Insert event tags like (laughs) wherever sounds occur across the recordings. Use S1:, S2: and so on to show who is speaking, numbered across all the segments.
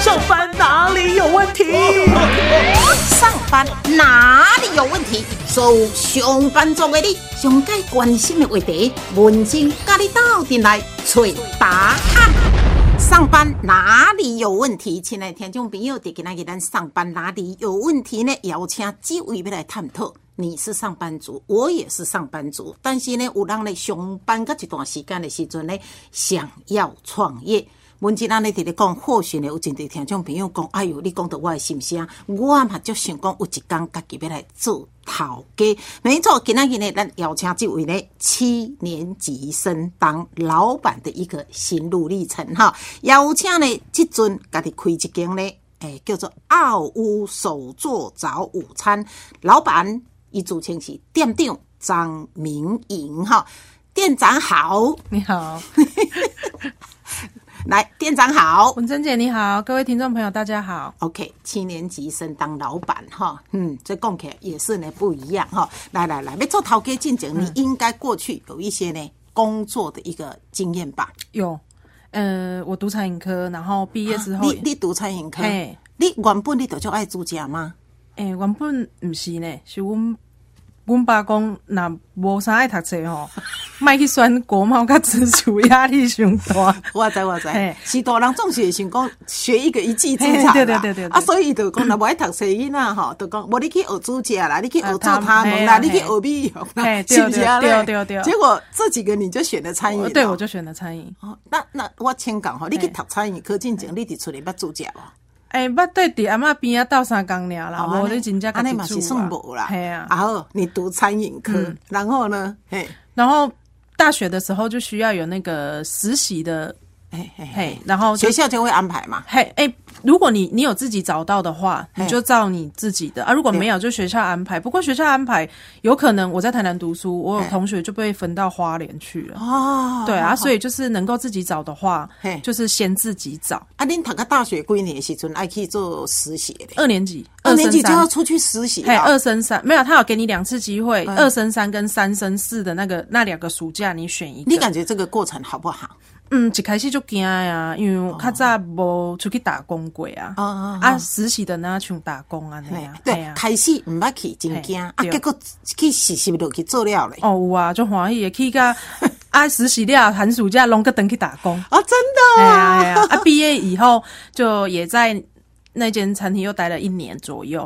S1: 上班哪里有问题？
S2: 上班哪里有问题？所有上班族的你，上该关心的话题，文静甲你斗阵来找答案。上班哪里有问题？亲爱的听众朋友，今仔日咱上班哪里有问题呢？邀请几位要来探讨。你是上班族，我也是上班族，但是呢，有人咧上班个一段时间的时阵呢，想要创业。文静安尼伫咧讲，或许呢有真侪听众朋友讲，哎哟，你讲到我的心声，我啊嘛就想讲有一天家己要来做头家。没错，今仔日呢，咱邀请这位呢七年级生当老板的一个心路历程哈。邀请呢，即阵家己开一间呢，诶，叫做奥屋手作早午餐，老板伊自称是店长张明莹哈。店长好，
S3: 你好，
S2: 来，店长好。
S3: 文珍姐你好，各位听众朋友大家好。
S2: OK，七年级生当老板哈，嗯，这讲起来也是呢不一样哈。来来来，要做头家进
S3: 嗯
S2: 前，你应该过去有一些呢工作的一个经验吧？
S3: 有，呃，我读餐饮科，然后毕业之后，
S2: 啊你你读餐饮科
S3: 嘿，
S2: 你原本你就就爱煮食吗？
S3: 诶、原本毋是呢，是阮阮爸讲，若无啥爱读册
S2: (laughs)
S3: 吼，莫去选国贸甲自主压力上大。
S2: (laughs) 我知我知
S3: 嘿，
S2: 是大人总是会想讲学一个一技之长啦，
S3: 嘿对对对对对
S2: 啊，所以就讲若无爱读册囡仔吼，就讲无你去学煮食啦，你去学做他
S3: 啊他
S2: 们
S3: 们
S2: 啦，
S3: 嘿啊
S2: 你去
S3: 嘿
S2: 学美容啦 (laughs)
S3: 嘿，
S2: 是不是啊？
S3: 对
S2: 嘞
S3: 对对对
S2: 结果这几个你就选了餐饮
S3: 呃
S2: 了，
S3: 对，我就选了餐饮。
S2: 哦，那那我请讲吼，你去
S3: 嘿
S2: 读餐饮科进前，你伫厝里捌煮食无？
S3: 诶、捌对伫阿嬷边啊斗相共尔啦，无、
S2: 哦安尼
S3: 你真正家
S2: 安尼
S3: 己
S2: 嘛是
S3: 煮
S2: 算无啦。
S3: 系啊，
S2: 然后你读餐饮科，然后呢？嘿，
S3: 然后大学的时候就需要有那个实习的，
S2: 嘿嘿嘿，
S3: 嘿，然后就
S2: 学校就会安排嘛。
S3: 嘿，哎、如果你你有自己找到的话，
S2: 嘿
S3: 你就照你自己的啊。如果没有，就学校安排。不过学校安排有可能我在台南读书，我
S2: 嘿
S3: 有同学就被分到花莲去了。
S2: 哦，
S3: 对啊，所
S2: 以
S3: 以就是能够自己找的话
S2: 嘿，
S3: 就是先自己找。
S2: 啊，恁读个大学几年的时阵爱去做实习的，
S3: 二年级，
S2: 二年级
S3: 升
S2: 就
S3: 三
S2: 要出去实习
S3: 嘿，
S2: 了。
S3: 二升三没有，他有给你两次机会，
S2: 嗯
S3: 二升三跟三升四的那个那两个暑假，你选一个。
S2: 你感觉这个过程好不好？
S3: 嗯，一开始就惊呀，因为我较早无出去打工过啊，
S2: 哦哦
S3: 啊实习的那像打工啊那
S2: 嘿
S3: 样，嘿
S2: 对
S3: 啊，
S2: 开始毋捌去，真
S3: 嘿
S2: 惊啊！
S3: 对
S2: 结果去实习落去做了嘞。
S3: 哦，有啊，就欢喜的
S2: (laughs)
S3: 去甲啊实习了，寒暑假拢个登去打工。
S2: 哦，真
S3: 哎
S2: 的
S3: 呀哎
S2: (laughs)
S3: 呀
S2: 啊！，
S3: 啊毕业以后就也在那间餐厅又待了一年
S2: (laughs)
S3: 左右，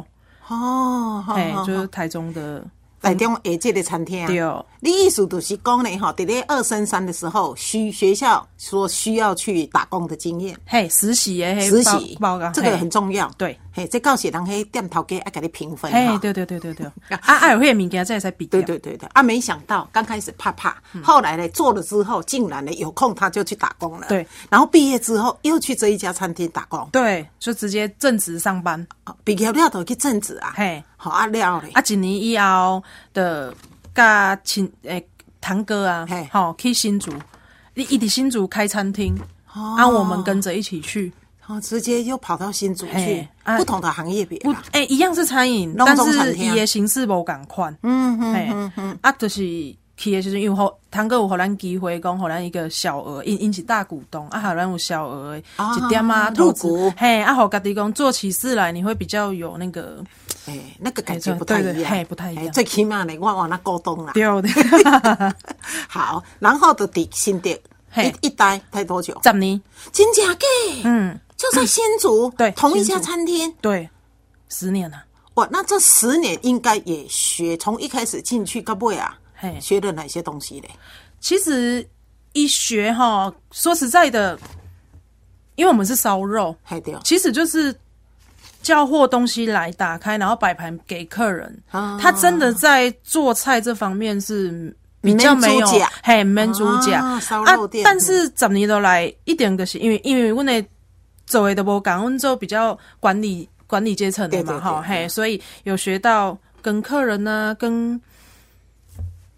S2: 哦，好
S3: 哎
S2: 好，
S3: 就是台中的
S2: 台中下这个餐厅。啊
S3: 对，
S2: 你意思就是讲呢，吼，伫咧二升三的时候，需学校说需要去打工的经验，
S3: 嘿实习耶，嘿
S2: 实习
S3: 报报告，
S2: 这个
S3: 哎嘿
S2: 很重要。
S3: 对，
S2: 嘿，这告诉人嘿店头家要给你评分
S3: 嘿
S2: 哈。
S3: 对对对
S2: (laughs)
S3: 对对，啊爱有迄个物件才会使比较
S2: 对对对对，啊，没想到刚开始怕怕，
S3: 嗯
S2: 后来呢做了之后，竟然呢有空他就去打工了。
S3: 对，
S2: 然后毕业之后又去这一家餐厅打工，
S3: 对，就直接正职上班，
S2: 啊毕业了就去正职啊，
S3: 嘿
S2: 好啊了嘞，
S3: 啊一年以后的甲亲诶堂哥啊
S2: 嘿，
S3: 好去新竹，你一直新竹开餐厅，
S2: 哦
S3: 啊我们跟着一起去。
S2: 然后哦直接又跑到新竹去
S3: 嘿，啊
S2: 不同的行业别
S3: 不
S2: 吧，，
S3: 哎、一样是餐饮，
S2: 拢
S3: 但
S2: 中餐
S3: 是
S2: 厅啊
S3: 伊的形式无共款。
S2: 嗯嗯
S3: 哎、啊，就是去的时阵，因为互堂哥有互咱机会，讲互咱一个小额，因因是大股东，啊，互咱有小额的
S2: 啊
S3: 一点啊
S2: 入
S3: 投资
S2: 股，
S3: 嘿，啊，互家己讲做起事来，你会比较有那个
S2: 哎、那个感觉不太
S3: 对
S2: 一
S3: 对对
S2: 样，
S3: 嘿不太一样
S2: 哎最起码呢，我往那沟通啦。
S3: 对的。
S2: 好，然后就伫新店，
S3: 嘿
S2: 一一待待多久？
S3: (laughs) 十年，
S2: 真假的？
S3: 嗯，
S2: 就在新竹，
S3: 对
S2: 同一家
S3: 新竹
S2: 餐厅。
S3: 对，十年啊了，
S2: 哇，那这十年应该也学，从一开始进去到尾啊，
S3: 嘿，
S2: 学了哪些东西嘞？
S3: 其实一学哈，说实在的，因为我们是烧肉，
S2: 还对，
S3: 其实就是叫货东西来打开，然后摆盘给客人。
S2: 啊
S3: 他真的在做菜这方面是比较没有
S2: 免煮假
S3: 嘿免主角
S2: 啊烧肉店
S3: 但是十年都来一点个是因为因为阮的做的都无讲，阮做比较管理管理阶层的
S2: 对对对
S3: 嘛哈
S2: 对
S3: 嘿，所以有学到跟客人呢、跟。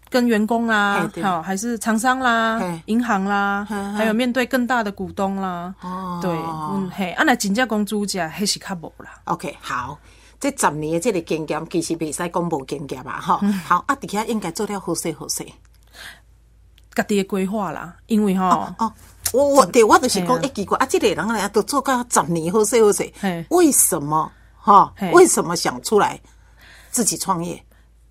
S3: 跟员工
S2: 嘿
S3: 啦，
S2: 对
S3: 好还是厂商啦
S2: 嘿、
S3: 银行啦
S2: 嘿嘿，
S3: 还有面对更大的股东啦，
S2: 哦
S3: 对，嗯嘿，啊那真正讲主家还是较无啦，
S2: OK，好，这十年的这个经验，其实未使讲无经验啊，
S3: 嗯
S2: 吼。好，啊，底下应该做了好势好势。
S3: 家己的规划啦，因为吼、
S2: 哦，我我对我就是
S3: 嘿
S2: 讲，
S3: 啊
S2: 哎，奇怪啊，这个人啊，都做到十年好势好势
S3: 嘿，
S2: 为什么哈
S3: 嘿？
S2: 为什么想出来自己创业？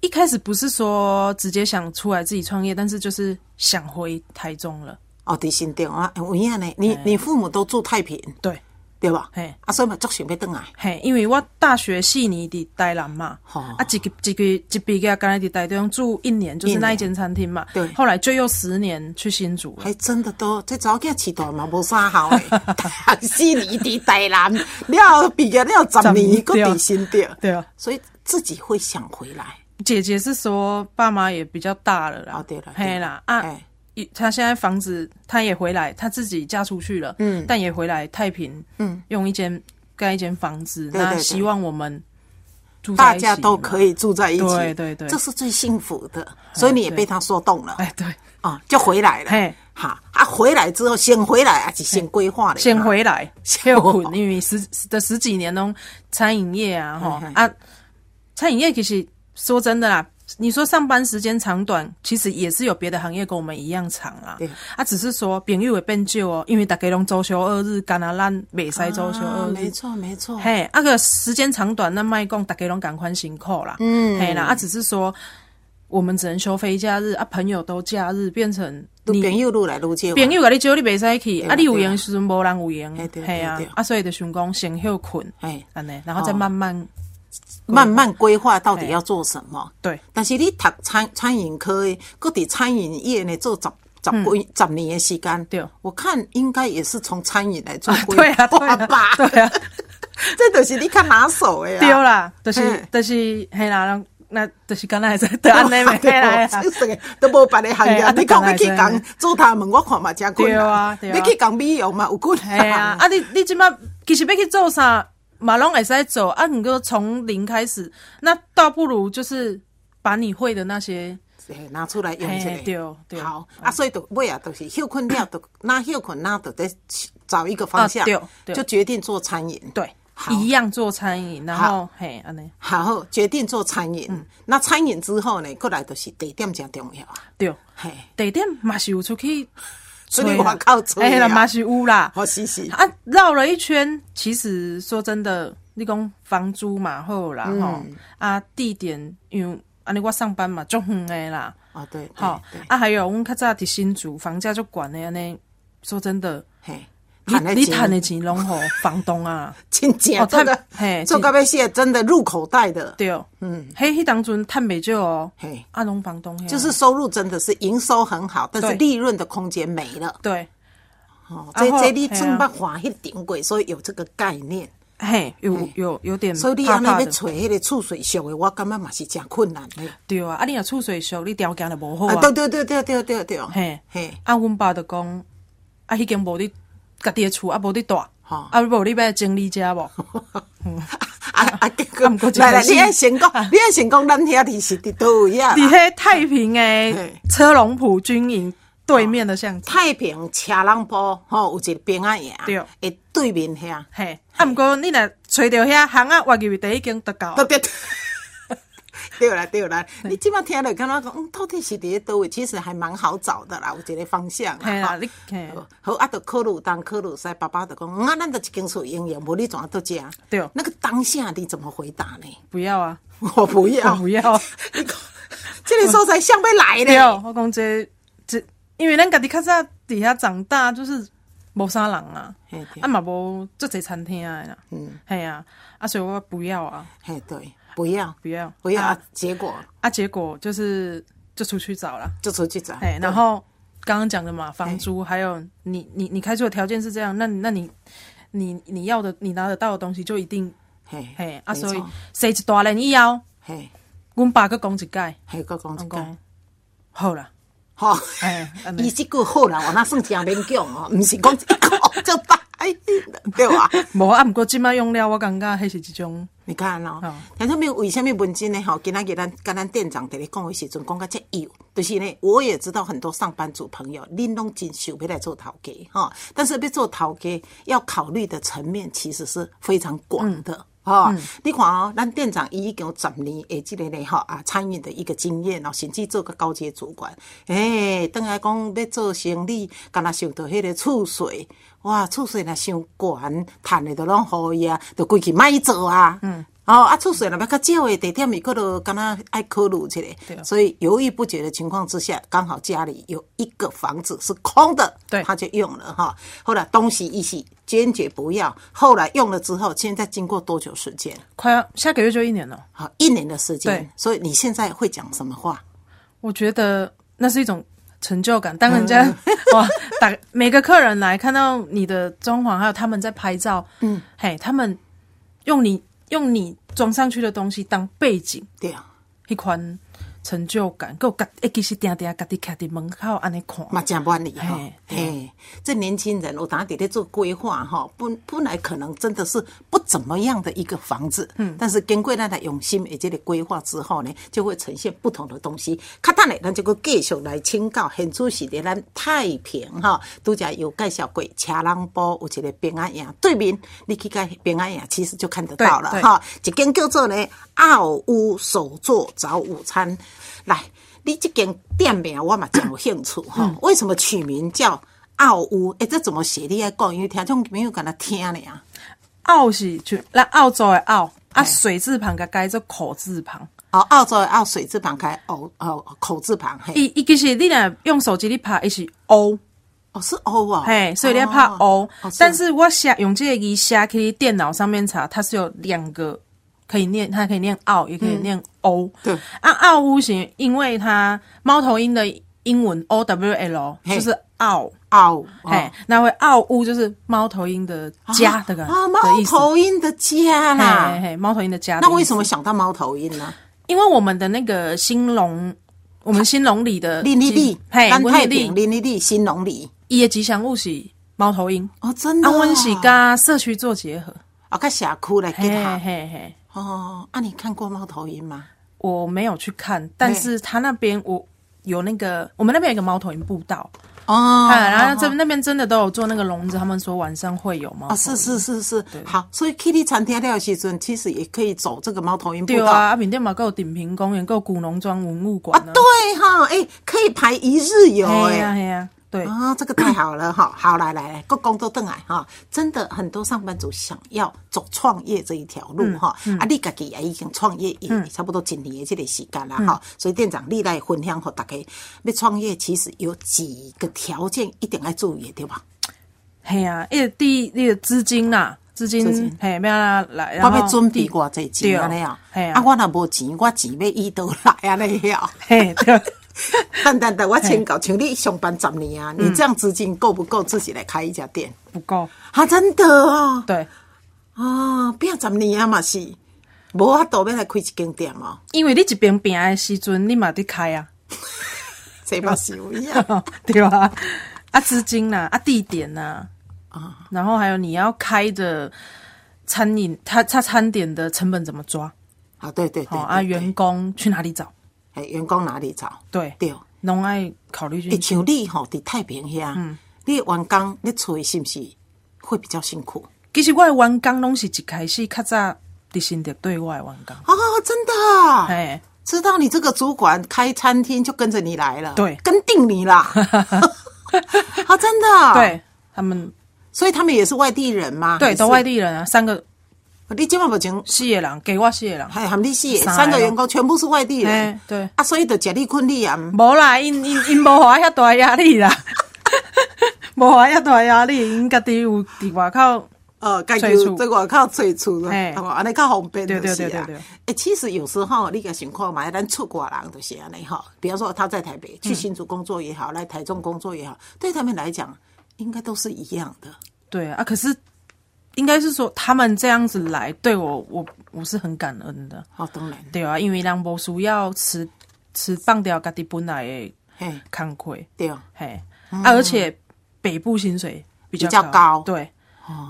S3: 一开始不是说直接想出来自己创业，但是就是想回台中了。
S2: 哦，伫新店啊，哎有影呢？你你父母都住太平，
S3: 对，
S2: 对吧
S3: 嘿？
S2: 啊，所以嘛，足想要转来。
S3: 嘿，因为我大学四年伫台南嘛，
S2: 哦
S3: 啊，一个一个一毕业，刚才伫台中住一年，就是那一间餐厅嘛。
S2: 一年对
S3: 后来就又十年去新竹了。
S2: 还真的都，这查某囝饲大嘛无啥效诶，
S3: (laughs)
S2: 大四年伫台南，了毕业了十年，搁伫新店，
S3: 对啊，
S2: 所以自己会想回来。
S3: 姐姐是说爸妈也比较大了啦，
S2: 哦对了对
S3: 嘿
S2: 了
S3: 啦啊
S2: 哎，
S3: 一她现在房子她也回来，她自己嫁出去了，嗯，但也回来太平，嗯，用一间盖一间房子，
S2: 对对
S3: 那
S2: 对
S3: 希望我们住在
S2: 大
S3: 一
S2: 家
S3: 起
S2: 都
S3: 嘛
S2: 可，以住在一起，
S3: 对对对
S2: 这是最幸福的，所以你也被他说动了
S3: 哎，对，
S2: 啊，就回来了
S3: 嘿。
S2: 哈啊，回来之后先回来啊，是先规划了，
S3: 先回来，
S2: (laughs) 先
S3: 先
S2: 回
S3: 困，因为十的十几年中，餐饮业啊，吼
S2: 嘿嘿
S3: 啊，餐饮业其实说真的啦，你说上班时间长短，其实也是有别的行业跟我们一样长啦
S2: 对。
S3: 啊，只是说朋友会变少哦，因为大家拢周休二日，干啊咱袂使周休
S2: 啊
S3: 二
S2: 没
S3: 日。
S2: 错没错，
S3: 哦嘿，啊个时间长短，那卖讲大家拢赶快辛苦啦。嗯，嘿啦，啊只是说我们只能休非假日啊，朋友都假日变成
S2: 你
S3: 你
S2: 朋友愈来愈少，
S3: 朋友甲你招你袂使去，
S2: 啊对啊
S3: 啊，你有闲的时阵无人有闲
S2: 嘿对，
S3: 嘿啊
S2: 对对，
S3: 啊，所以就想讲先休困，
S2: 哎，
S3: 安尼，然后再慢慢
S2: 慢慢规划到底要做什么。
S3: 对，
S2: 但是你读餐餐饮科的，搁伫餐饮业呢做十十几、十年的时间，
S3: 嗯对
S2: 我看应该也是从餐饮来做规
S3: (laughs) 对啊，对
S2: 划
S3: 啊，
S2: 吧。
S3: 对啊，
S2: (laughs) 这都是你较拿手的
S3: 对
S2: 啊。
S3: 啦，就是
S2: 嘿
S3: 就是嘿啦，那就是
S2: (laughs)
S3: 刚才在在 (laughs) 安尼咪
S2: 对
S3: 对啦，哎
S2: 这哦是个都无别的行
S3: 嘿
S2: 业
S3: 啊，
S2: 你讲
S3: 就
S2: 要去
S3: 这样
S2: 讲做他们，我看嘛真困
S3: 对啊
S2: 难。
S3: 对啊
S2: 你去讲美容嘛有困
S3: 嘿啊
S2: 难，。
S3: 啊你你即马其实要去做啥，嘛拢会使做，啊，你过从零开始，那倒不如就是把你会的那些，
S2: 嘿拿出来用一下
S3: 嘿。对对嗯
S2: 好啊，所以就尾啊，就是休困了，就那休困那就得找一个方向
S3: 啊对，对
S2: 就决定做餐饮。
S3: 对
S2: 好，
S3: 一样做餐饮，然后嘿安尼，
S2: 好，决定做餐饮。
S3: 嗯
S2: 那餐饮之后呢，过来就是地点真重要啊。
S3: 对。
S2: 嘿，
S3: 地点嘛是有出去
S2: 出
S3: 找
S2: 去
S3: 啦，
S2: 外口啊找
S3: 哎
S2: 啦
S3: 啦嘛是有啦。
S2: 好，哦是是，
S3: 啊，绕了一圈，其实说真的，你讲房租嘛好啦
S2: 嗯
S3: 吼、啊地点因为安尼我上班嘛足远的啦，
S2: 哦对，
S3: 吼
S2: 好，对
S3: 啊还有阮较早伫新竹房价足悬的安尼，说真的，
S2: 嘿，
S3: 你你
S2: 谈
S3: 赚的钱拢互房东啊，
S2: 真正
S3: 哦
S2: 做
S3: 赚
S2: 个
S3: 嘿
S2: 做个要死，真的入口袋的，
S3: 对，嗯，嘿，迄当阵趁袂少哦
S2: 嘿，
S3: 啊拢房东遐
S2: 就是收入真的是营收很好，但是
S3: 对
S2: 利润的空间没了。
S3: 对，
S2: 哦，
S3: 啊
S2: 这
S3: 后
S2: 这你
S3: 嘿啊
S2: 正捌华迄顶过，所以有这个概念。
S3: 嘿，有有有点
S2: 所以你
S3: 怕
S2: 安尼
S3: 嗯怕
S2: 要
S3: 的，
S2: 找迄个厝水俗的，我感觉嘛是真困难的。
S3: 对啊，啊你若厝水俗，你条件就无好
S2: 啊，
S3: 啊
S2: 对。对对对对对对，
S3: 嘿，
S2: 嘿，
S3: 啊，阮爸就讲，啊，迄间无你家己诶厝，啊，无你住，
S2: 哈
S3: 啊，无你要整理
S2: (laughs)
S3: 遮无，
S2: 啊啊！结果
S3: 嗯啊不过真
S2: 来来，
S3: 开心
S2: 你爱成功，
S3: 啊
S2: 你爱成功，咱遐伫是伫倒位啊啦？
S3: 伫迄太平
S2: 嘿哦
S3: 诶车龙埔军营对面的巷子，
S2: 太平车浪坡吼，有一个平安爷，
S3: 对
S2: 诶，对面遐，
S3: 嘿，啊，毋过你若揣着遐巷仔，我入去第一间就到
S2: 对
S3: 了，
S2: 对对。 (laughs) 对啦，对啦，你即摆听了，感觉讲，嗯，到底是伫咧倒位？其实还蛮好找的啦，有一个方向啦
S3: 嘿啦，
S2: 吼
S3: 你嘿，
S2: 好啊，就考虑当考虑西，爸爸就讲，嗯啊，咱就一间厝营业，无你怎啊到遮？
S3: 对
S2: 那个当下你怎么回答呢？ (laughs)
S3: 不要啊，
S2: 我不要
S3: (laughs) 我，
S2: (laughs)
S3: 不要啊，
S2: 你讲，这个所在想要来
S3: 对，
S2: 呢？
S3: 我讲这这，因为咱家己较早伫遐长大，就是无啥人啊
S2: 嘿对，
S3: 啊嘛无足侪餐厅诶啦，嗯，嘿啊，啊，所以我不要啊，
S2: 嘿，对，不要，
S3: 不要，
S2: 不要，
S3: 啊
S2: 啊结果
S3: 啊，结果就是就出去找了，
S2: 就出去找。
S3: 哎，然后刚刚讲的
S2: 哎
S3: 嘛，房租还有你你你开出的条件是这样，那你那你你你要的你拿得到的东西就一定
S2: 嘿，
S3: 嘿啊，
S2: 没
S3: 所以
S2: 错
S3: 谁一大人以后，
S2: 嘿，
S3: 阮爸个讲一届，
S2: 嘿，个讲一
S3: 我
S2: 哦讲
S3: 讲，好啦，
S2: 吼，
S3: 哎安尼
S2: 伊即句好啦，我那算真勉强哦，毋是讲一个 (laughs) 就大，对
S3: (laughs)
S2: 吧？
S3: 无啊，毋过即摆用了，我感觉迄是一种
S2: 你看哦
S3: 好，
S2: 听说没有？为什么文真呢？吼，今仔日咱跟咱店长在咧讲的时阵，讲到这有，就是呢，我也知道很多上班族朋友，恁拢真想要来做头家哈，但是要做头家要考虑的层面其实是非常广的。吼、你看哦，咱店长伊已经有十年诶，即个咧吼啊，餐饮的一个经验哦，甚至做个高阶主管，诶、欸，等来讲要做生意，敢若想到迄个厝税，哇，厝税若伤悬，趁的都拢互伊啊，就规去莫做啊。嗯。哦，啊，厝税若要较少的地点，伊可能敢若爱考虑一下，
S3: 对
S2: 所以犹豫不决的情况之下，刚好家里有一个房子是空的，
S3: 对
S2: 他就用了哈。后来东西一起坚决不要，后来用了之后，现在经过多久时间？
S3: 快要下个月就一年了。
S2: 好，一年的时间
S3: 对。
S2: 所以你现在会讲什么话？
S3: 我觉得那是一种成就感。当人家、
S2: 嗯
S3: (laughs) 哇，打每个客人来看到你的装潢，还有他们在拍照，嗯，嘿，他们用你用你装上去的东西当背景，
S2: 对啊，
S3: 一款成就感，够家诶，其实定定家己徛伫门口安尼看，
S2: 嘛真满意哈
S3: 嘿。啊
S2: 嘿，这年轻人，我打底在做规划哈，本本来可能真的是不怎么样的一个房子，嗯，但是经过咱的用心以及的规划之后呢，就会呈现不同的东西。较等嘞，咱就个继续来请教，现主席的咱太平哈，拄则有介绍过车人埔有一个平安夜对面，你去看平安夜其实就看得到了
S3: 对对
S2: 哈。一间叫做呢奥屋手作早午餐，来。你这间店名我嘛真有兴趣哈、
S3: 嗯
S2: 为什么取名叫奥屋？诶、这怎么写？你来讲，因为听众朋友敢若听咧啊。
S3: 澳是就咱澳洲的澳啊，水字旁甲改做口字旁。
S2: 哦，澳洲的澳水字旁开，哦哦口字旁嘿，
S3: 伊伊其实你若用手机你拍，伊是 O，
S2: 哦是 O 啊、哦，
S3: 嘿，所以你要拍 O、
S2: 哦
S3: 但是我写用这个写去电脑上面查，它是有两个可以念，它可以念澳，也可以念 O、
S2: 嗯对
S3: 啊，澳屋型，因为它猫头鹰的英文 O W L
S2: 嘿
S3: 就是澳，
S2: 澳，
S3: 嘿，那会澳屋就是猫头鹰的家的感觉
S2: 哦啊，猫
S3: 的意思。
S2: 头鹰的家啦。
S3: 嘿嘿嘿，猫头鹰的家的意
S2: 那
S3: 思。
S2: 为什么想到猫头鹰呢？
S3: 因为我们的那个兴隆，我们兴隆里的
S2: 啊林立利，
S3: 呃嘿，
S2: 南太平
S3: 林立利，
S2: 林立利，新农里。
S3: 伊的吉祥物是猫头鹰，
S2: 哦，真的、
S3: 啊，
S2: 哦。
S3: 阮是跟社区做结合，
S2: 啊，跟社区来
S3: 嘿
S2: 结合。
S3: 嘿嘿，
S2: 哦，啊，你看过猫头鹰吗？
S3: 我没有去看，但是他那边我有那个，我们那边有一个猫头鹰步道，
S2: 哦，
S3: 看，然后这那边真的都有做那个笼子，他们说晚上会有猫头
S2: 啊，
S3: 鹰，
S2: 是是是是，好，所以 Kitty 餐厅料时阵，其实也可以走这个猫头鹰步
S3: 对
S2: 道。
S3: 啊，啊，缅甸嘛够顶平公园，够古农庄文物馆
S2: 啊对哈，哎、可以排一日游哎、
S3: 嘿呀嘿呀，对，
S2: 啊、这个太好了哈！好，来来来，各工作邓来哈，真的很多上班族想要走创业这一条路哈、
S3: 嗯
S2: 啊，你家己也已经创业也差不多一年的这个时间啦
S3: 嗯
S2: 哈、所以店长你来分享给大家，要创业其实有几个条件一定要注意的对吧？
S3: 嘿呀，一第一那个资金啦，资
S2: 资金
S3: 金嘿，不要啦来，然
S2: 我
S3: 后
S2: 要准备
S3: 第
S2: 偌济钱安尼啊，
S3: 对
S2: 啊，我若无钱，我钱要伊倒来安尼
S3: (laughs)
S2: 啊。
S3: 嘿，对，
S2: 但但但，我请教，像你上班十年啊，你这样资金够不够自己来开一家店？
S3: 不够，
S2: 啊，真的哦，
S3: 对，
S2: 啊，变十年啊嘛是，无法度要来开一间店哦，
S3: 因为你一边病的时阵，你嘛得开啊，
S2: 这嘛是有
S3: (laughs)
S2: 影啊。
S3: 对吧？啊，资金啦，啊，地点啦，啊，然后还有你要开的餐饮，他他餐点的成本怎么抓？
S2: 对对对，
S3: 哦啊，
S2: 对
S3: 员工去哪里找？
S2: 哎员工哪里找？
S3: 对，
S2: 对，
S3: 拢爱考虑
S2: 诶，
S3: 进去。
S2: 像你吼伫太平
S3: 嗯
S2: 遐，你的员工你找是不是会比较辛苦？
S3: 其实我的员工拢是一开始较早伫新的对我的员工，
S2: 哦，真的哦，
S3: 哎，
S2: 知道你这个主管开餐厅就跟着你来了，
S3: 对
S2: 跟定你
S3: (laughs)
S2: 啦。啊，真的、，
S3: 对他们，
S2: 所以他们也是外地人嘛，
S3: 对，都外
S2: 地。
S3: 地人啊，三个
S2: 你今晚哎不请，
S3: 四个人，给我四个人，
S2: 还含你四个
S3: 三个
S2: 三个员工全部是外地人
S3: 哎，，对，
S2: 啊，所以就吃力困力啊。
S3: 无啦，因因因无互我遐大压力啦， (laughs) 无互我遐大压力，因家己有伫外口，
S2: 呃，家己
S3: 找厝
S2: 在外口找厝了，
S3: 嘿
S2: 哦，安尼较方便
S3: 哎对
S2: 就
S3: 对
S2: 是
S3: 对
S2: 啊
S3: 对对。
S2: 哎，其实有时候你个情况嘛，咱出国人就是安尼哈。比方说他在台
S3: 嗯
S2: 北去新竹工作也好，来台中工作也好，对他们来讲应该都是一样的。
S3: 对啊，可是应该是说他们这样子来对我，我我是很感恩的，
S2: 哦，当然，
S3: 对啊，因为人无需要吃吃放掉家己本来的
S2: 嘿，
S3: 工课，
S2: 对哦。
S3: 嘿，啊，而且北部薪水比较
S2: 比较高哦
S3: 对，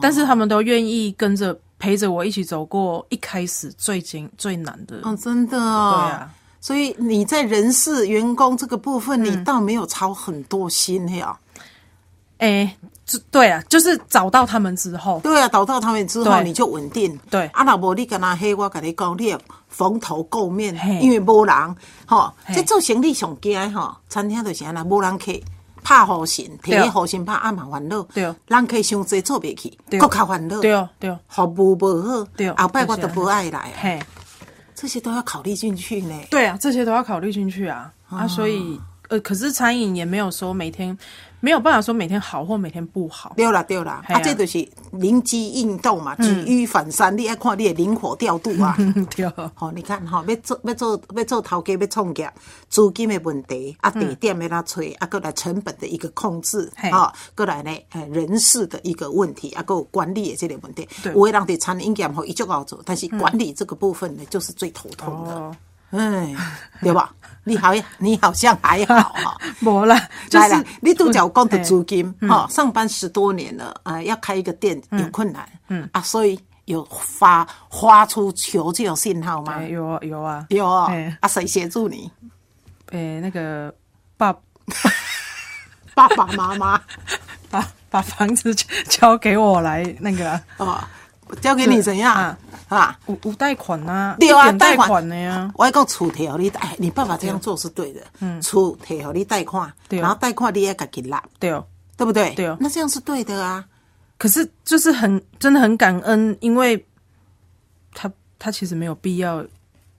S3: 但是他们都愿意跟着陪着我一起走过一开始最艰最难的，
S2: 哦，真的哦。
S3: 对啊。
S2: 所以你
S3: 嗯
S2: 在人事员工这个部分，你倒没有操很多心呀、
S3: 诶、诶，就对啊，就是找到他们之后，
S2: 对啊，找到他们之后
S3: 对
S2: 你就稳定。
S3: 对
S2: 啊，若无你跟他黑，我跟你讲，你会蓬头垢面
S3: 嘿，
S2: 因为无人，吼，
S3: 嘿
S2: 这做生意上惊的吼，餐厅就是安尼，无人客，拍好心，提
S3: 对
S2: 好心拍啊暗嘛烦恼，
S3: 对
S2: 人客伤济做袂起，
S3: 对
S2: 更较烦恼，
S3: 对哦，对哦，
S2: 服务无好，
S3: 对
S2: 后摆我
S3: 就
S2: 都
S3: 是
S2: 不爱来啊，
S3: 嘿，
S2: 这些都要考虑进去呢。
S3: 对啊，这些都要考虑进去啊
S2: 哦
S3: 啊，所以呃，可是餐饮也没有说每天没有办法说每天好或每天不好， (laughs)
S2: 对啦，对啦，
S3: 嘿
S2: 啊，
S3: 啊嗯
S2: 这就是灵机应动嘛，举一反三，你爱看你的灵活调度啊。 (laughs)
S3: 对哦，
S2: 吼、你看吼、要做要做要做头家，要创业，资金的问题，啊，地点要哪找，啊，过来成本的一个控制，
S3: 嗯嘿
S2: 吼，过、来呢，呃，人事的一个问题，啊，还有管理的这个问题，
S3: 对嗯
S2: 有的人对餐饮业吼，伊就好做，但是管理这个部分呢，就是最头痛的，
S3: 哦，
S2: 哎、对吧？你好，你好像还好啊
S3: (laughs)
S2: 哈、
S3: 没啦，就
S2: 来
S3: 是
S2: 啦，你都讲讲的
S3: 嗯
S2: 租金，哈、上班十多年了，啊、要开一个店有困难，嗯啊，所以有发发出求救信号吗？
S3: 哎有啊有啊
S2: 有哦
S3: 哎
S2: 啊，谁协助你？
S3: 诶，那个爸
S2: 爸爸妈妈 (laughs)
S3: 把 (laughs) 把房子交给我来那个啊、
S2: 哦，交给你怎样
S3: 啊
S2: 啊？
S3: 无无贷款呐、啊，
S2: 对啊，
S3: 一点
S2: 贷
S3: 贷
S2: 款
S3: 的呀、
S2: 我讲厝提互你贷，哎你爸爸这样做是对的。嗯，厝提互你贷款，
S3: 对啊
S2: 然后贷款你也自己拿，
S3: 对哦。
S2: 对不对？
S3: 对啊
S2: 那这样是对的啊。
S3: 可是就是很真的很感恩，因为他他其实没有必要，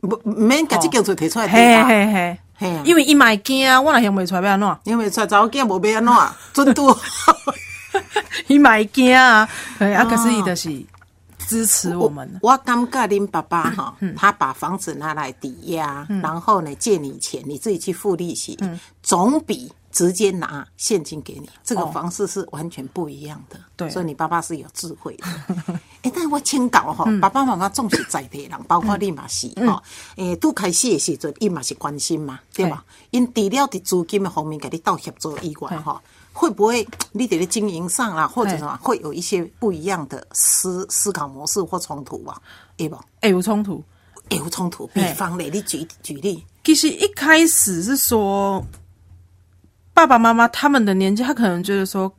S2: 不，不免把这间厝提出来贷
S3: 嘿
S2: 啊。
S3: 嘿嘿，
S2: 嘿啊，
S3: 因为伊买惊啊，我若想袂出来要安怎？
S2: 因为出查某囝无要安怎，准拄。
S3: (laughs) 伊买惊啊，嘿
S2: 哦
S3: 啊，可是伊就是支持我们，嗯
S2: 我感觉您爸爸哈，他把房子拿来抵押，然后呢借你钱，你自己去付利息，
S3: 嗯
S2: 总比直接拿现金给你这个方式是完全不一样的。
S3: 哦对啊
S2: 所以你爸爸是有智慧的。 (laughs) 哎，但是我请教哈，
S3: 嗯
S2: 爸爸妈妈总是在地人，包括你嘛是哈。
S3: 嗯
S2: 诶，拄开始的时阵，伊嘛是关心嘛，对吧？因除了伫资金的方面给你斗协助以外
S3: 嘿
S2: 哈。会不会你得在经营上啦，或者什么会有一些不一样的思思考模式或冲突吧？会不？
S3: 哎、有冲突。
S2: 会有冲突。比
S3: 嘿
S2: 方嘞，你举举例，
S3: 其实一开始是说，爸爸妈妈他们的年纪，他可能觉得说，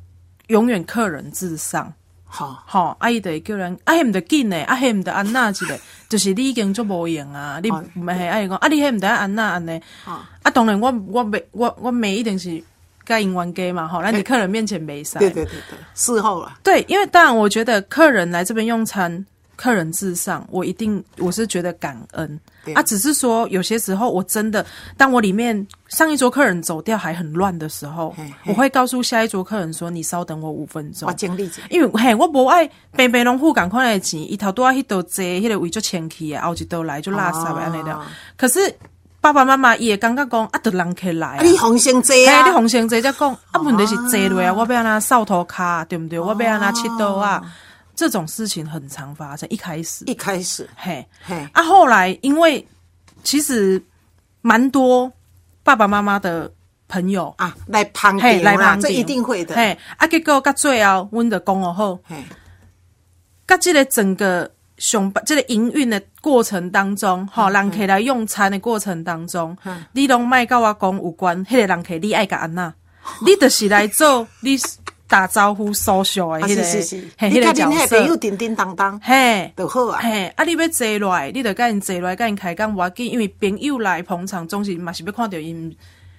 S3: 永远客人至上。
S2: 好，
S3: 吼、啊伊就会叫人，啊迄毋得紧诶，啊迄毋得安那一个，就是你已经足无用啊，你
S2: 哦
S3: 毋系啊伊讲，啊你迄毋得安那安尼，
S2: 哦
S3: 啊当然我我袂我我袂一定是甲因冤家嘛，吼，咱伫客人面前袂使。
S2: 对对对对，事后啊啦，
S3: 对，因为当然我觉得客人来这边用餐，客人至上，我一定我是觉得感恩
S2: 对
S3: 啊，只是说有些时候我真的，当我里面上一桌客人走掉还很乱的时候
S2: 嘿，嘿哦
S3: 我会告诉下一桌客人说，你稍等我五分钟
S2: 我。经历者，
S3: 因为嘿，我无爱平平拢付共款的钱，伊头拄啊迄道坐，迄、个位就清气的，后一道来就垃圾的安尼了
S2: 啊。
S3: 可是爸爸妈妈伊会感觉讲啊，得人客来
S2: 啊，你红星这
S3: 嘿，
S2: 啊，
S3: 你红先坐才讲，啊，问题是坐落啊，我要安那扫涂骹，对不对？我要安那切刀啊，这种事情很常发生。一开始，
S2: 一开始，
S3: 嘿，
S2: 嘿，
S3: 啊，后来因为其实蛮多爸爸妈妈的朋友，
S2: 啊，来旁
S3: 嘿，
S2: 边
S3: 来
S2: 啦，
S3: 帮
S2: 这
S3: 忙
S2: 一定会的，
S3: 嘿，啊，结果到最后，阮就讲哦好。
S2: 嘿，
S3: 甲即个整个上班，即、个营运的过程当中，吼、人客来用餐的过程当中，
S2: 嗯哦
S3: 你拢莫甲我讲有关，迄、个人客你爱甲安那，你就是来做你打招呼 social
S2: (laughs) 啊
S3: 的迄、
S2: 是
S3: 个，
S2: 是是，
S3: 嘿，
S2: 你
S3: 迄、
S2: 看
S3: 个
S2: 恁
S3: 角
S2: 那朋友
S3: 色，
S2: 叮叮当当
S3: 嘿。
S2: 就好啊，
S3: 嘿，啊！你要坐落来，你就甲因坐落来，甲因开讲无要紧，因为朋友来捧场，总是嘛是要看到因，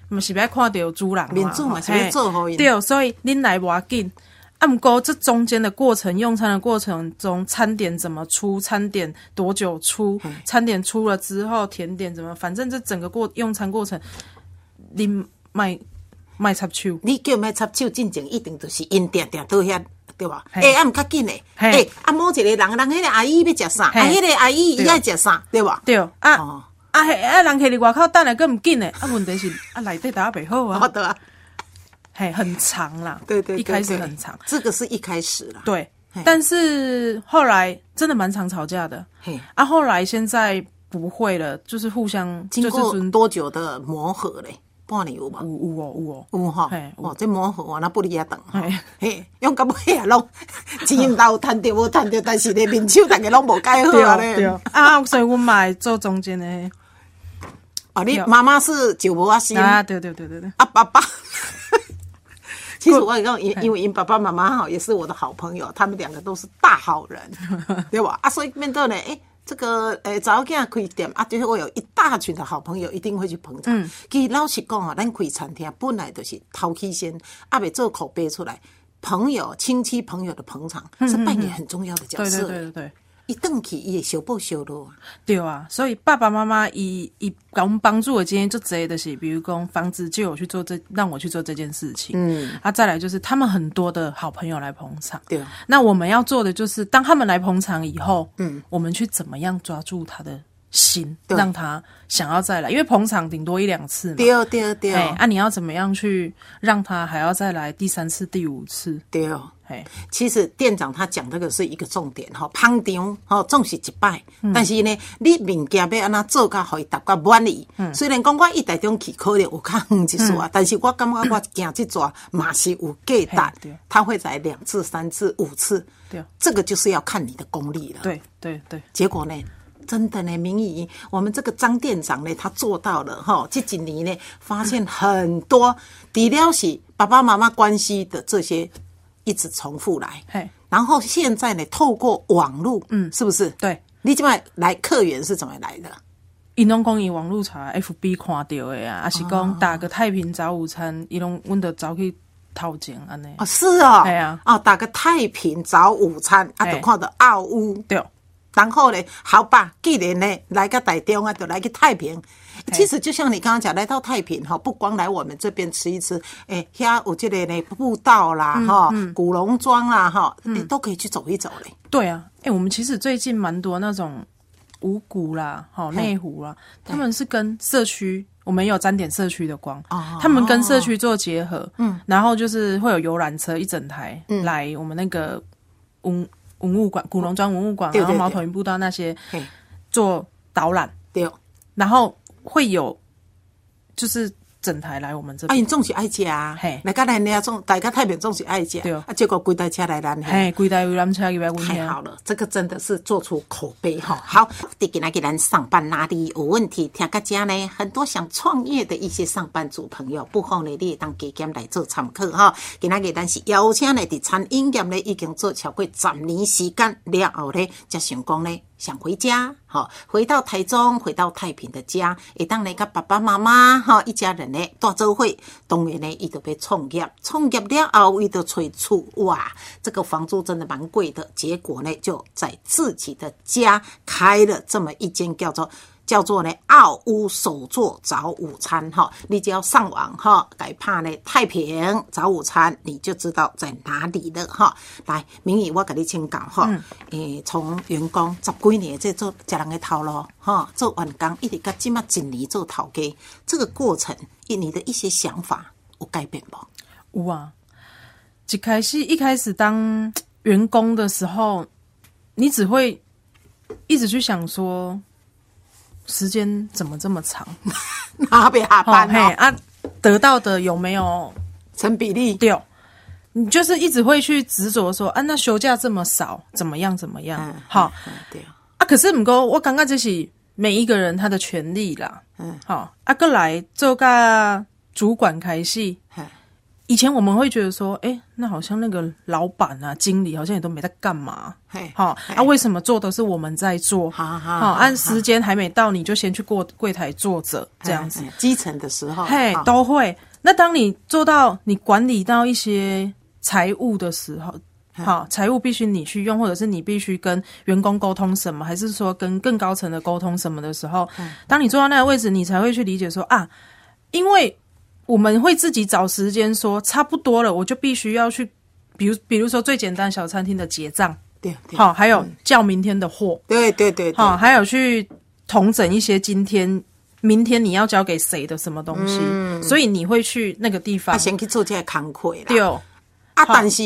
S3: 嘛是要看到主人嘛
S2: 面子嘛是要做好因
S3: 对，所以恁来无要紧。啊，毋过这中间的过程，用餐的过程中，餐点怎么出，餐点多久出，餐点出了之后，甜点怎么，反正这整个过用餐过程，恁卖卖插手，
S2: 你叫卖插手进前，一定就是因定定到遐。对吧？
S3: 嘿
S2: 哎，啊，毋较紧诶，
S3: 嘿
S2: 哎，啊，某一个人，人迄个阿姨要食啥，啊，
S3: 嘿
S2: 迄个阿姨伊
S3: 对
S2: 爱食啥，对吧？
S3: 对啊
S2: 哦
S3: 啊嘿啊，人客伫外口等来，更毋紧嘞。啊，问题是啊，内底打袂好啊。
S2: 好的啊，
S3: 嘿，很长啦，
S2: 对对，对
S3: 一开始
S2: 对
S3: 很长，
S2: 这个是一开始啦。
S3: 对
S2: 嘿，
S3: 但是后来真的蛮常吵架的
S2: 嘿，
S3: 啊，后来现在不会了，就是互相就
S2: 经
S3: 是
S2: 过
S3: 尊
S2: 多久的磨合嘞？半年有吧？
S3: 有有哦有哦，
S2: 有哈
S3: 嘿，有
S2: 哦，这磨合啊，那不离啊等哈 (laughs)
S3: 嘿，
S2: 嘿，用到尾啊，拢钱到趁着无趁着，但是咧面手逐个拢无解好啊
S3: 对
S2: 咧。
S3: (laughs) 啊，所以我买做中间的，
S2: 哦，你
S3: 对
S2: 妈妈是酒无啊心，
S3: 啊，
S2: 啊
S3: 对对对对对，
S2: 爸爸， (laughs) 其实我也讲，因
S3: 哎
S2: 因为因爸爸妈妈哈也是我的好朋友，他们两个都是大好人，
S3: (laughs)
S2: 对吧？啊，所以面对呢，诶、这个诶，早间开店啊，就是我有一大群的好朋友，一定会去捧场。
S3: 嗯
S2: 其实老实讲啊，咱开餐厅本来就是头起先，啊，未做口碑出来，朋友、亲戚、朋友的捧场是扮演很重要的角
S3: 对
S2: 色。
S3: 嗯对对对对。
S2: 一顿去伊会小报小落啊，
S3: 对啊，所以爸爸妈妈以以给我们帮助的经验就直接的是，比如讲房子借我去做这，让我去做这件事情。嗯，啊，再来就是他们很多的好朋友来捧场。
S2: 对啊
S3: 那我们要做的就是，当他们来捧场以后，嗯，我们去怎么样抓住他的心，
S2: 对
S3: 让他想要再来，因为捧场顶多一两次嘛。
S2: 对对对
S3: 哎，啊，你要怎么样去让他还要再来第三次、第五次？
S2: 对。
S3: 哎，
S2: 其实店长他讲这个是一个重点吼，捧场吼总是一摆，
S3: 嗯
S2: 但是呢，你物件要安那做甲，互伊达到满意。
S3: 嗯
S2: 虽然讲我一台中去可能有较远一丝啊，但是我感觉我行这逝嘛是有价
S3: 嘿对
S2: 值，他会来两次、三次、五次，
S3: 对
S2: 这个就是要看你的功力了。
S3: 对对对，
S2: 结果呢，真的呢，明仪，我们这个张店长呢，他做到了哈。这几年呢，发现很多除了是爸爸妈妈关系的这些，一直重复来
S3: 嘿。
S2: 然后现在呢，透过网络，嗯，是不是？
S3: 对。
S2: 你这边来客源是怎么来的？
S3: 伊拢讲伊网络查 FB 看到的啊，啊是讲打个太平早午餐，伊拢阮着走去头前安尼。
S2: 哦，是哦，
S3: 对啊
S2: 哦，打个太平早午餐，啊，
S3: 对
S2: 就看到奥屋，
S3: 对，
S2: 然后呢，好吧，既然呢来个台中啊，就来个太平。其实就像你刚刚讲，来到太平哈，不光来我们这边吃一吃，哎、遐有这个呢步道啦哈、古龙庄啦哈，你、都可以去走一走嘞。
S3: 对啊，哎、我们其实最近蛮多那种五谷啦，好内湖啦，他们是跟社区。我们也有沾点社区的光，他们跟社区做结合，嗯，然后就是会有游览车一整台、来我们那个文文物馆、古龙庄文物馆，
S2: 对对
S3: 然后
S2: 对
S3: 毛头云步道那些
S2: 嘿，
S3: 做导览，
S2: 对哦，
S3: 然后会有就是整台来我们这
S2: 啊，
S3: 边，
S2: 因总是爱食啊
S3: 嘿，
S2: 来个来呢总，大家太平总是爱食，
S3: 对哦
S2: 啊，结果规台车来咱嘿。
S3: 哎，规台游览车入来阮
S2: 太
S3: 遐
S2: 好，了，这个真的是做出口碑哈。好，今天给咱上班哪里有问题？听个家呢，很多想创业的一些上班族朋友，不妨呢，你也当加减来做参考哈。今天给咱是邀请呢，伫餐饮业呢已经做超过十年时间了后呢，才想讲呢。想回家，哈，回到台中，回到太平的家，会当来甲爸爸妈妈，哈，一家人呢，大做伙。当然呢，伊就要创业，创业了后，伊就找厝，哇，这个房租真的蛮贵的。结果呢，就在自己的家开了这么一间叫做。叫做呢奥屋手作早午餐哈，你只要上网哈，改怕呢太平早午餐，你就知道在哪里了哈。来，明宇，我给你请教哈，
S3: 嗯
S2: 诶、从员工十几年在做食人的头路哈，做员工一直到即马一年做头家，这个过程，你的一些想法有改变不？ (laughs)
S3: 有啊。一开始一开始当员工的时候，你只会一直去想说，时间怎么这么
S2: (laughs)
S3: 长？
S2: 哪边下班
S3: 嘿
S2: 哦，
S3: 啊，得到的有没有
S2: 成比例
S3: 对，你就是一直会去执着说，啊，那休假这么少，怎么样怎么样？
S2: 嗯
S3: 好，
S2: 嗯对啊，
S3: 啊，可是唔过我感觉这是每一个人他的权利啦。
S2: 嗯
S3: 嗯，好，啊，过来做个主管开始。
S2: 嘿
S3: 以前我们会觉得说，哎、那好像那个老板啊、经理好像也都没在干嘛，
S2: 嘿
S3: 好
S2: 嘿
S3: 啊，为什么做都是我们在做？
S2: 好好好
S3: 好，按时间还没到，你就先去过柜台坐着，这样子
S2: 嗯，嗯基层的时候，
S3: 嘿，
S2: 哈
S3: 都会。那当你做到你管理到一些财务的时候，好，财务必须你去用，或者是你必须跟员工沟通什么，还是说跟更高层的沟通什么的时候，当你坐到那个位置，你才会去理解说啊，因为我们会自己找时间说差不多了，我就必须要去，比如比如说最简单小餐厅的结账，
S2: 对对
S3: 好，还有叫明天的货，
S2: 对对对，对
S3: 好、还有去统整一些今天、明天你要交给谁的什么东西，所以你会去那个地
S2: 嗯
S3: 方
S2: 他。先去做这些工课啦。
S3: 对，
S2: 啊，但是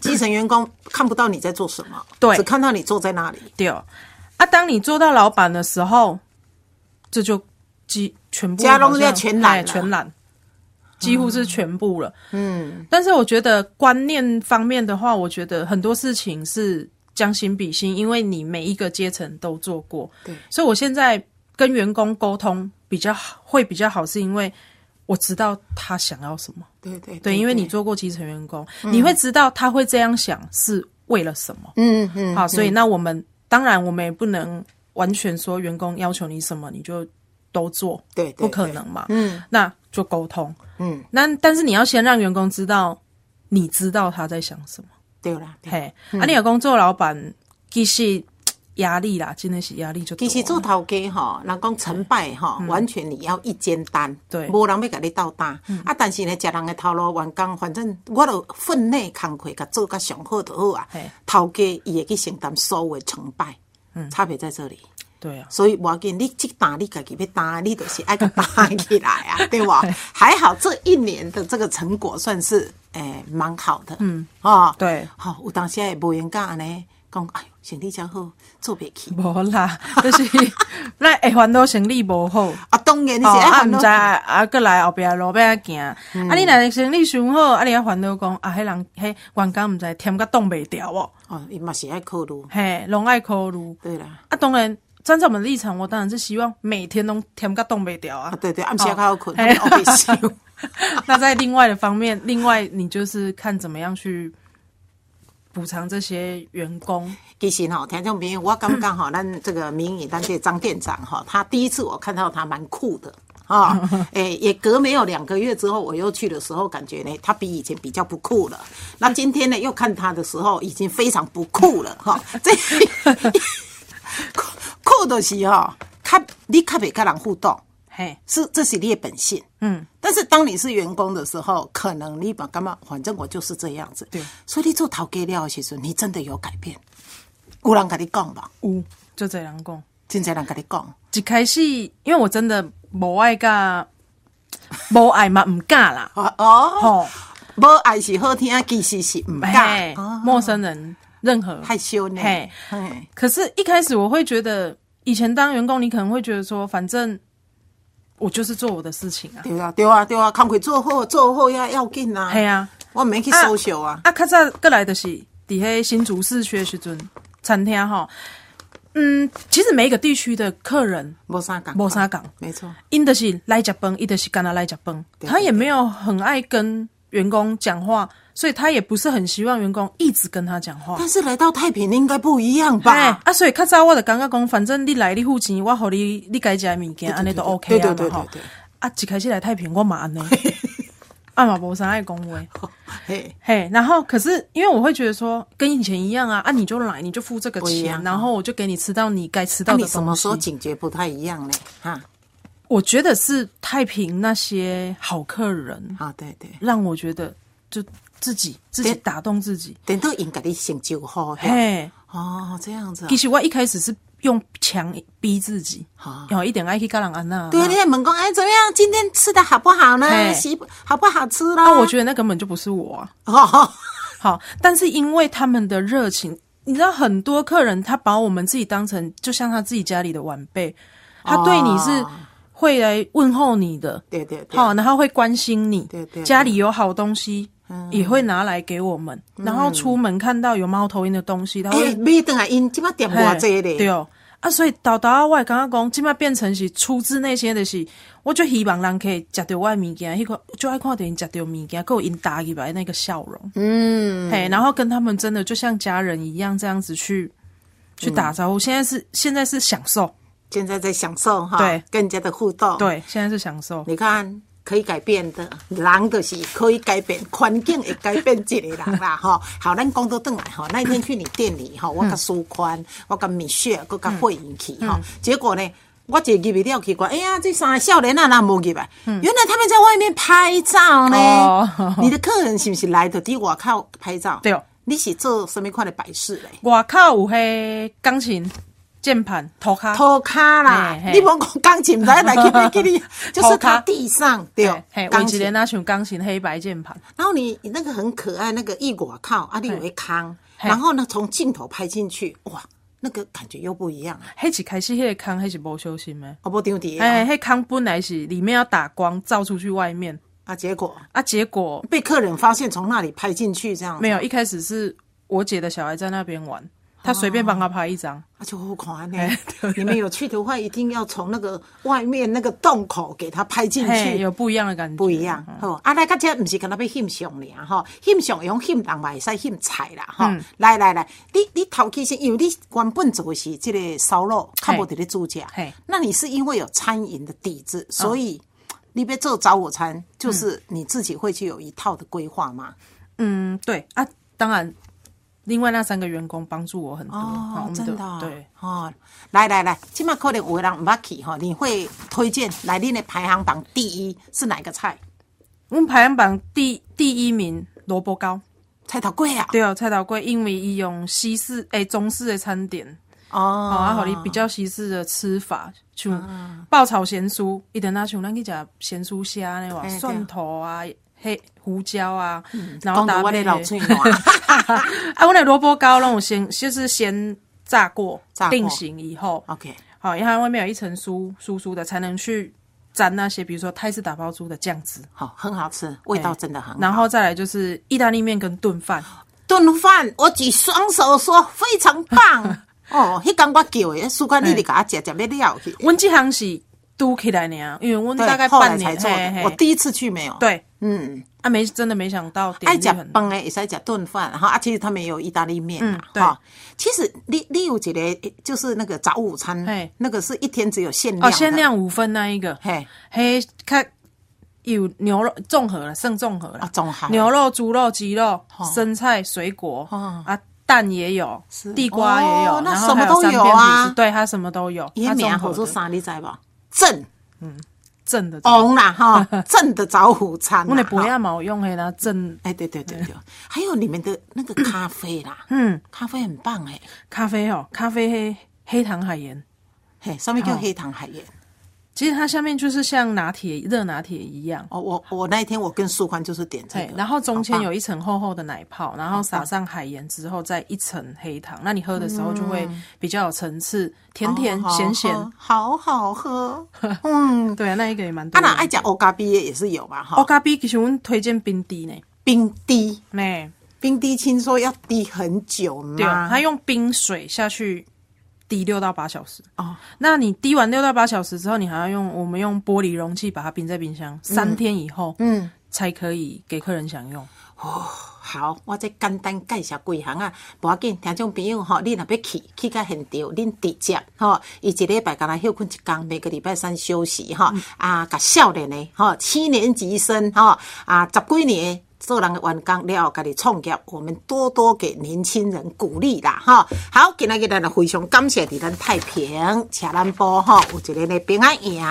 S2: 基层员工看不到你在做什么，
S3: 对
S2: 只看到你坐在那里。
S3: 对，啊，当你做到老板的时候，这就几全部
S2: 家
S3: 好
S2: 中
S3: 像
S2: 要全揽
S3: 哎
S2: 了
S3: 全揽，几乎是全部了。嗯，但是我觉得观念方面的话，我觉得很多事情是将心比心，因为你每一个阶层都做过，
S2: 对
S3: 所以我现在跟员工沟通比较好，会比较好，是因为。我知道他想要什么。
S2: 对嗯对
S3: 对，因为你做过基层员工，你会知道他会这样想是为了什么。
S2: 嗯嗯，
S3: 好，所以那我们当然我们也不能完全说员工要求你什么你就都做，
S2: 对对
S3: 不可
S2: 对
S3: 能嘛。
S2: 嗯，
S3: 那就沟通。
S2: 嗯，
S3: 那但是你要先让员工知道，你知道他在想什么。
S2: 对啦，对嗯
S3: 嘿，啊，你有工作老板其实压力啦，真的是压力就啊
S2: 其实
S3: 大
S2: 做头家吼，人讲成败吼，完全你要一肩担，
S3: 嗯对嗯
S2: 无人要甲你斗担。啊，但是呢，食人的头路，员工反正我著分内工课，甲做甲上好就好啊
S3: 嘿。嗯
S2: 头家伊会去承担所有的成败，差别在这里。
S3: 对啊，
S2: 所以无要紧，你去打你自己要打，你就是爱个打起来
S3: (laughs)
S2: 啊，对吧？还好这一年的这个成果算是诶蛮、好的，嗯，哦，
S3: (laughs) 对
S2: 好、有当时也无闲干呢，讲哎呦，生理真好，做袂起。
S3: 无啦，就是 (laughs) 咱会烦恼生理无好。
S2: 啊，当然你是
S3: 哦，
S2: 爱
S3: 啊，
S2: 烦
S3: 毋
S2: 恼嗯
S3: 知啊，过来后壁路边行，啊，你若生理上好，啊，你还烦恼讲啊，迄人迄员工毋知添甲冻袂调哦，
S2: 哦，伊嘛是爱考虑，
S3: 嘿，拢爱考虑。
S2: 对啦，
S3: 啊，当然，站在我们的立场，我当然是希望每天都添甲冻袂调啊哦
S2: 啊。对对，暗时较好
S3: (laughs)
S2: 困， (laughs) 哦
S3: 嘿
S2: 我被笑。
S3: 那在另外的方面，另外你就是看怎么样去补偿这些员工。
S2: 其实吼，田众朋友，我感觉吼，咱这个民语，咱这张店长哈，他第一次我看到他蛮酷的啊，诶、也隔没有两个月之后，我又去的时候，感觉呢，他比以前比较不酷了。那今天呢，又看他的时候，已经非常不酷了哈、这 (laughs) 酷酷的是哈、较你较袂跟人互动。
S3: 嘿，
S2: 是这是你的本性，
S3: 嗯，
S2: 但是当你是员工的时候，可能你把干嘛，反正我就是这样子，
S3: 对，
S2: 所以你做头家了的时候，你真的有改变，有人跟你讲吧，
S3: 有就这样讲。
S2: 真侪人跟你讲，。
S3: 一开始，因为我真的无爱噶，无爱嘛，唔敢啦
S2: (laughs) 哦哦，
S3: 吼，
S2: 无爱是好听，其实是唔
S3: 嘿
S2: 敢，哦，
S3: 陌生人，任何
S2: 害羞呢，
S3: 嘿
S2: 嘿，
S3: 可是，一开始我会觉得，以前当员工，你可能会觉得说，反正我就是做我的事情啊。
S2: 对啊对啊对啊，工课做好做好要要紧啊，
S3: 嘿啊，
S2: 我免去 social 啊，
S3: 啊，较早过来的是伫迄新竹市区的时阵，餐厅吼，嗯，其实每一个地区的客人
S2: 无啥讲，
S3: 无啥讲，
S2: 没错，
S3: 因的是来食饭，伊的是干那来食饭，
S2: 对
S3: 他也没有很爱跟员工讲话，所以他也不是很希望员工一直跟他讲话。
S2: 但是来到太平应该不一样
S3: 哎
S2: 吧，
S3: 啊，所以较早我就感觉讲，反正你来你付钱，我互你你该食的物件，安尼都 OK
S2: 对
S3: 啊
S2: 对对
S3: 嘛吼
S2: 对对。
S3: 啊，一开始来太平，我嘛
S2: (laughs)
S3: 安尼，啊嘛无啥爱讲话。
S2: 嘿，
S3: 嘿，然后可是因为我会觉得说，跟以前一样啊，啊你就来，你就付这个
S2: 不一样
S3: 钱，
S2: 啊
S3: 然后我就给你吃到你该吃
S2: 那
S3: 到的
S2: 啊你
S3: 东西。
S2: 什么时候警觉不太一样呢？哈，
S3: 我觉得是太平那些好客人，
S2: 啊对对。
S3: 让我觉得就自己自己
S2: 对
S3: 打动自己。
S2: 等到应该你先就好，嘿，
S3: 嘿，
S2: 哦，这样子啊
S3: 其，实我一开始是用强逼自己，哦
S2: 好
S3: 然后一点爱去跟人安娜。
S2: 对，你在问讲，哎，怎么样？今天吃的好不好呢？
S3: 嘿
S2: 喜不好不好吃啦？
S3: 啊，我觉得那根本就不是我啊。
S2: 哦 (laughs) 得，哦，
S3: 好，但是因为他们的热情，你知道很多客人他把我们自己当成就像他自己家里的晚辈，他对你是
S2: 哦
S3: 会来问候你的，
S2: 对对对，
S3: 好，然后会关心你，
S2: 对对对嗯
S3: 家里有好东西。也会拿来给我们，然后出门看到有猫头鹰的东西，他
S2: 哎，
S3: 会
S2: 每顿啊，因今麦点偌
S3: 嘿
S2: 济
S3: 对
S2: 咧，
S3: 哦，啊，所以到到我刚刚讲，即摆变成是出自那些的是，我就希望人可以食到我的物件，迄个就爱看到因食到物件，还有因打起来那个笑容，嗯，嘿，然后跟他们真的就像家人一样这样子去
S2: 嗯
S3: 去打招呼。现在是现在是享受，
S2: 现在在享受哈，
S3: 对
S2: 跟人家的互动，，
S3: 对，现在是享受，
S2: 你看。可以改变的人，就是可以改变环境，会改变一个人
S3: (laughs)
S2: 啦，吼。好，咱讲到转来吼，那一天去你店里
S3: 嗯
S2: 吼，我甲苏宽，我甲米雪，佮甲慧英去吼，
S3: 嗯
S2: 结果呢，我一入去了去看，哎呀，这三个少年啊，哪无入来？原来他们在外面拍照呢。
S3: 嗯哦
S2: (laughs) 你的客人是不是来的伫外口拍照？
S3: 对哦
S2: 你是做什么款的摆饰嘞？
S3: 外口有迄钢琴、键盘、涂骹，
S2: 拖卡啦
S3: 啊嘿，嘿
S2: 你甭讲钢琴，来来去来
S3: (laughs)
S2: 去你，就是
S3: 涂
S2: 他
S3: 骹
S2: 地上对
S3: 嘿，嘿，我
S2: 钢
S3: 一
S2: 琴
S3: 个。那像钢琴黑白键盘，
S2: 然后你你那个很可爱，那个异果靠啊，你有一康，
S3: 嘿
S2: 然后呢从镜头拍进去，哇，那个感觉又不一样啊！
S3: 迄一开始迄个空，迄是无小心的。
S2: 我不丢底
S3: 哎，
S2: 啊，
S3: 迄康本来是里面要打光照出去外面
S2: 啊，结果
S3: 啊，结果
S2: 被客人发现从那里拍进去这样，哦
S3: 没有。一开始是我姐的小孩在那边玩，他随便帮他拍一张，
S2: 啊，就好看呢、你们有去的话，一定要从那个外面那个洞口给它拍进
S3: 嘿，
S2: 去，
S3: 有不一样的感觉，
S2: 不一样。
S3: 嗯
S2: 吼、啊，来个这毋是跟他要翕相尔吼，翕相会用翕人嘛，会使翕菜啦吼、
S3: 嗯
S2: 来来来，你你头起先，因为你原本做的是这个烧肉，较无伫咧煮食
S3: 嘿，嗯
S2: 那你是因为有餐饮的底子，所以。你别做早午餐，就是你自己会去有一套的规划嘛。
S3: 嗯，对啊，当然，另外那三个员工帮助我很多，啊我
S2: 哦，
S3: 们
S2: 真的哦、
S3: 对，
S2: 哦，来来来，起码可能有的人唔捌去哈，你会推荐来恁的排行榜第一是哪个菜？
S3: 我们排行榜第第一名萝卜糕，
S2: 菜头粿啊？
S3: 对哦，菜头粿，因为伊用西式诶、中式的餐点，
S2: 哦，嗯
S3: 哦，啊，互你比较西式的吃法，像爆炒咸酥，伊等下像咱去食咸酥虾那哇，
S2: 对
S3: 蒜头啊、黑胡椒啊，然后
S2: 嗯讲
S3: 搭
S2: 到我
S3: 配
S2: 的老嘴暖，
S3: (laughs) 啊，我那萝卜糕让我先就是先炸过
S2: 炸，过哦
S3: 定型以后，
S2: OK，
S3: 好，因为它外面有一层酥酥酥的，才能去沾那些，比如说泰式打包猪的酱汁，
S2: 好，很好吃，味道真的很好。
S3: 哎然后再来就是意大利面跟炖饭，
S2: 炖饭，我举双手说非常
S3: (laughs)
S2: 棒。哦，迄天我叫的，苏
S3: 哎
S2: 管你得给他食食要了去。
S3: 温记行是嘟起来呢，因为温
S2: 对
S3: 大概
S2: 后来
S3: 半
S2: 才
S3: 年
S2: 做的，
S3: 嘿
S2: 我
S3: 嘿
S2: 第一次去没有。，
S3: 对
S2: 嗯，
S3: 啊没真的没想到点
S2: 爱
S3: 击
S2: 吃
S3: 很哦
S2: 饭诶，也爱吃炖饭，然后啊，其实他们也有意大利面嘛
S3: 嗯，对
S2: 哈其实你你有一个就是那个早午餐
S3: 嘿，
S2: 那个是一天只有限量
S3: 哦
S2: 的
S3: 限，量五份那一个，
S2: 嘿，
S3: 嘿看有牛肉综合了，剩综合了
S2: 啊，中海
S3: 牛肉、猪肉、鸡肉
S2: 哦、
S3: 生菜、水果
S2: 哦
S3: 啊，蛋也有
S2: 是，
S3: 地瓜也有
S2: 哦，那
S3: 然
S2: 什
S3: 后
S2: 么
S3: 还有
S2: 都
S3: 三
S2: 有
S3: 片
S2: 啊
S3: 吐司，对，它什么都有。
S2: 伊
S3: 它
S2: 名
S3: 综
S2: 好
S3: 合
S2: 做
S3: 的
S2: 啥，你知无？正
S3: 正的哦，
S2: 王啦
S3: (laughs)
S2: 哈，正的早午餐啦。啊
S3: 我那不啊
S2: 哈
S3: 要毛用嘿，那正
S2: 哎，对对对对，还有你们的那个咖啡啦，
S3: 嗯，
S2: 咖啡很棒哎、
S3: 咖啡哦，咖啡黑黑糖海盐，
S2: 嘿，上
S3: 哦
S2: 面叫黑糖海盐。
S3: 其实它下面就是像拿铁热拿铁一样。
S2: 哦，我我那一天我跟素欢就是点这
S3: 对
S2: 个，，
S3: 然后中间
S2: 好棒
S3: 有一层厚厚的奶泡，然后撒上海盐之后，再一层黑糖。那你喝的时候就会比较有层次，甜甜
S2: 嗯哦好
S3: 咸咸。
S2: 喝好好喝。嗯，
S3: 对啊，那一个也蛮多
S2: 啊
S3: 人
S2: 那
S3: 的。
S2: 爱讲欧咖啡也是有嘛
S3: 哦，
S2: 哈，
S3: 咖啡其实我们推荐冰滴呢，
S2: 冰滴，
S3: 哎，
S2: 冰滴听说要滴很久
S3: 对，
S2: 嘛，
S3: 它用冰水下去滴六到八小时。
S2: 哦，
S3: 那你滴完六到八小时之后，你还要用我们用玻璃容器把它冰在冰箱，三天以后，嗯，才可以给客人享用。
S2: 好，我再简单介绍几项啊，无要紧，听众朋友吼，你若要去，去到现场，恁直接吼，伊一礼拜干那休困一工，每个礼拜三休息吼，啊，甲少年的吼，七年级生吼，啊，十几年的做人的员工了后，家己创业，我们多多给年轻人鼓励啦吼。好，今仔日咱就非常感谢伫咱太平车南部吼，有一个呢平安夜。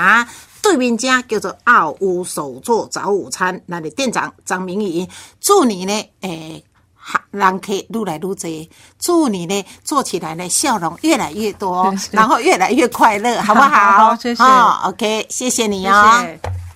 S2: 对面家叫做奥屋手作早午餐，咱的店长张明仪，祝你呢，诶、人客愈来愈多，祝你呢做起来呢笑容越来越 (laughs) 多，然后越来越快乐，好不好？
S3: 好好谢谢
S2: 哦 OK，谢谢你哦。
S3: 谢谢。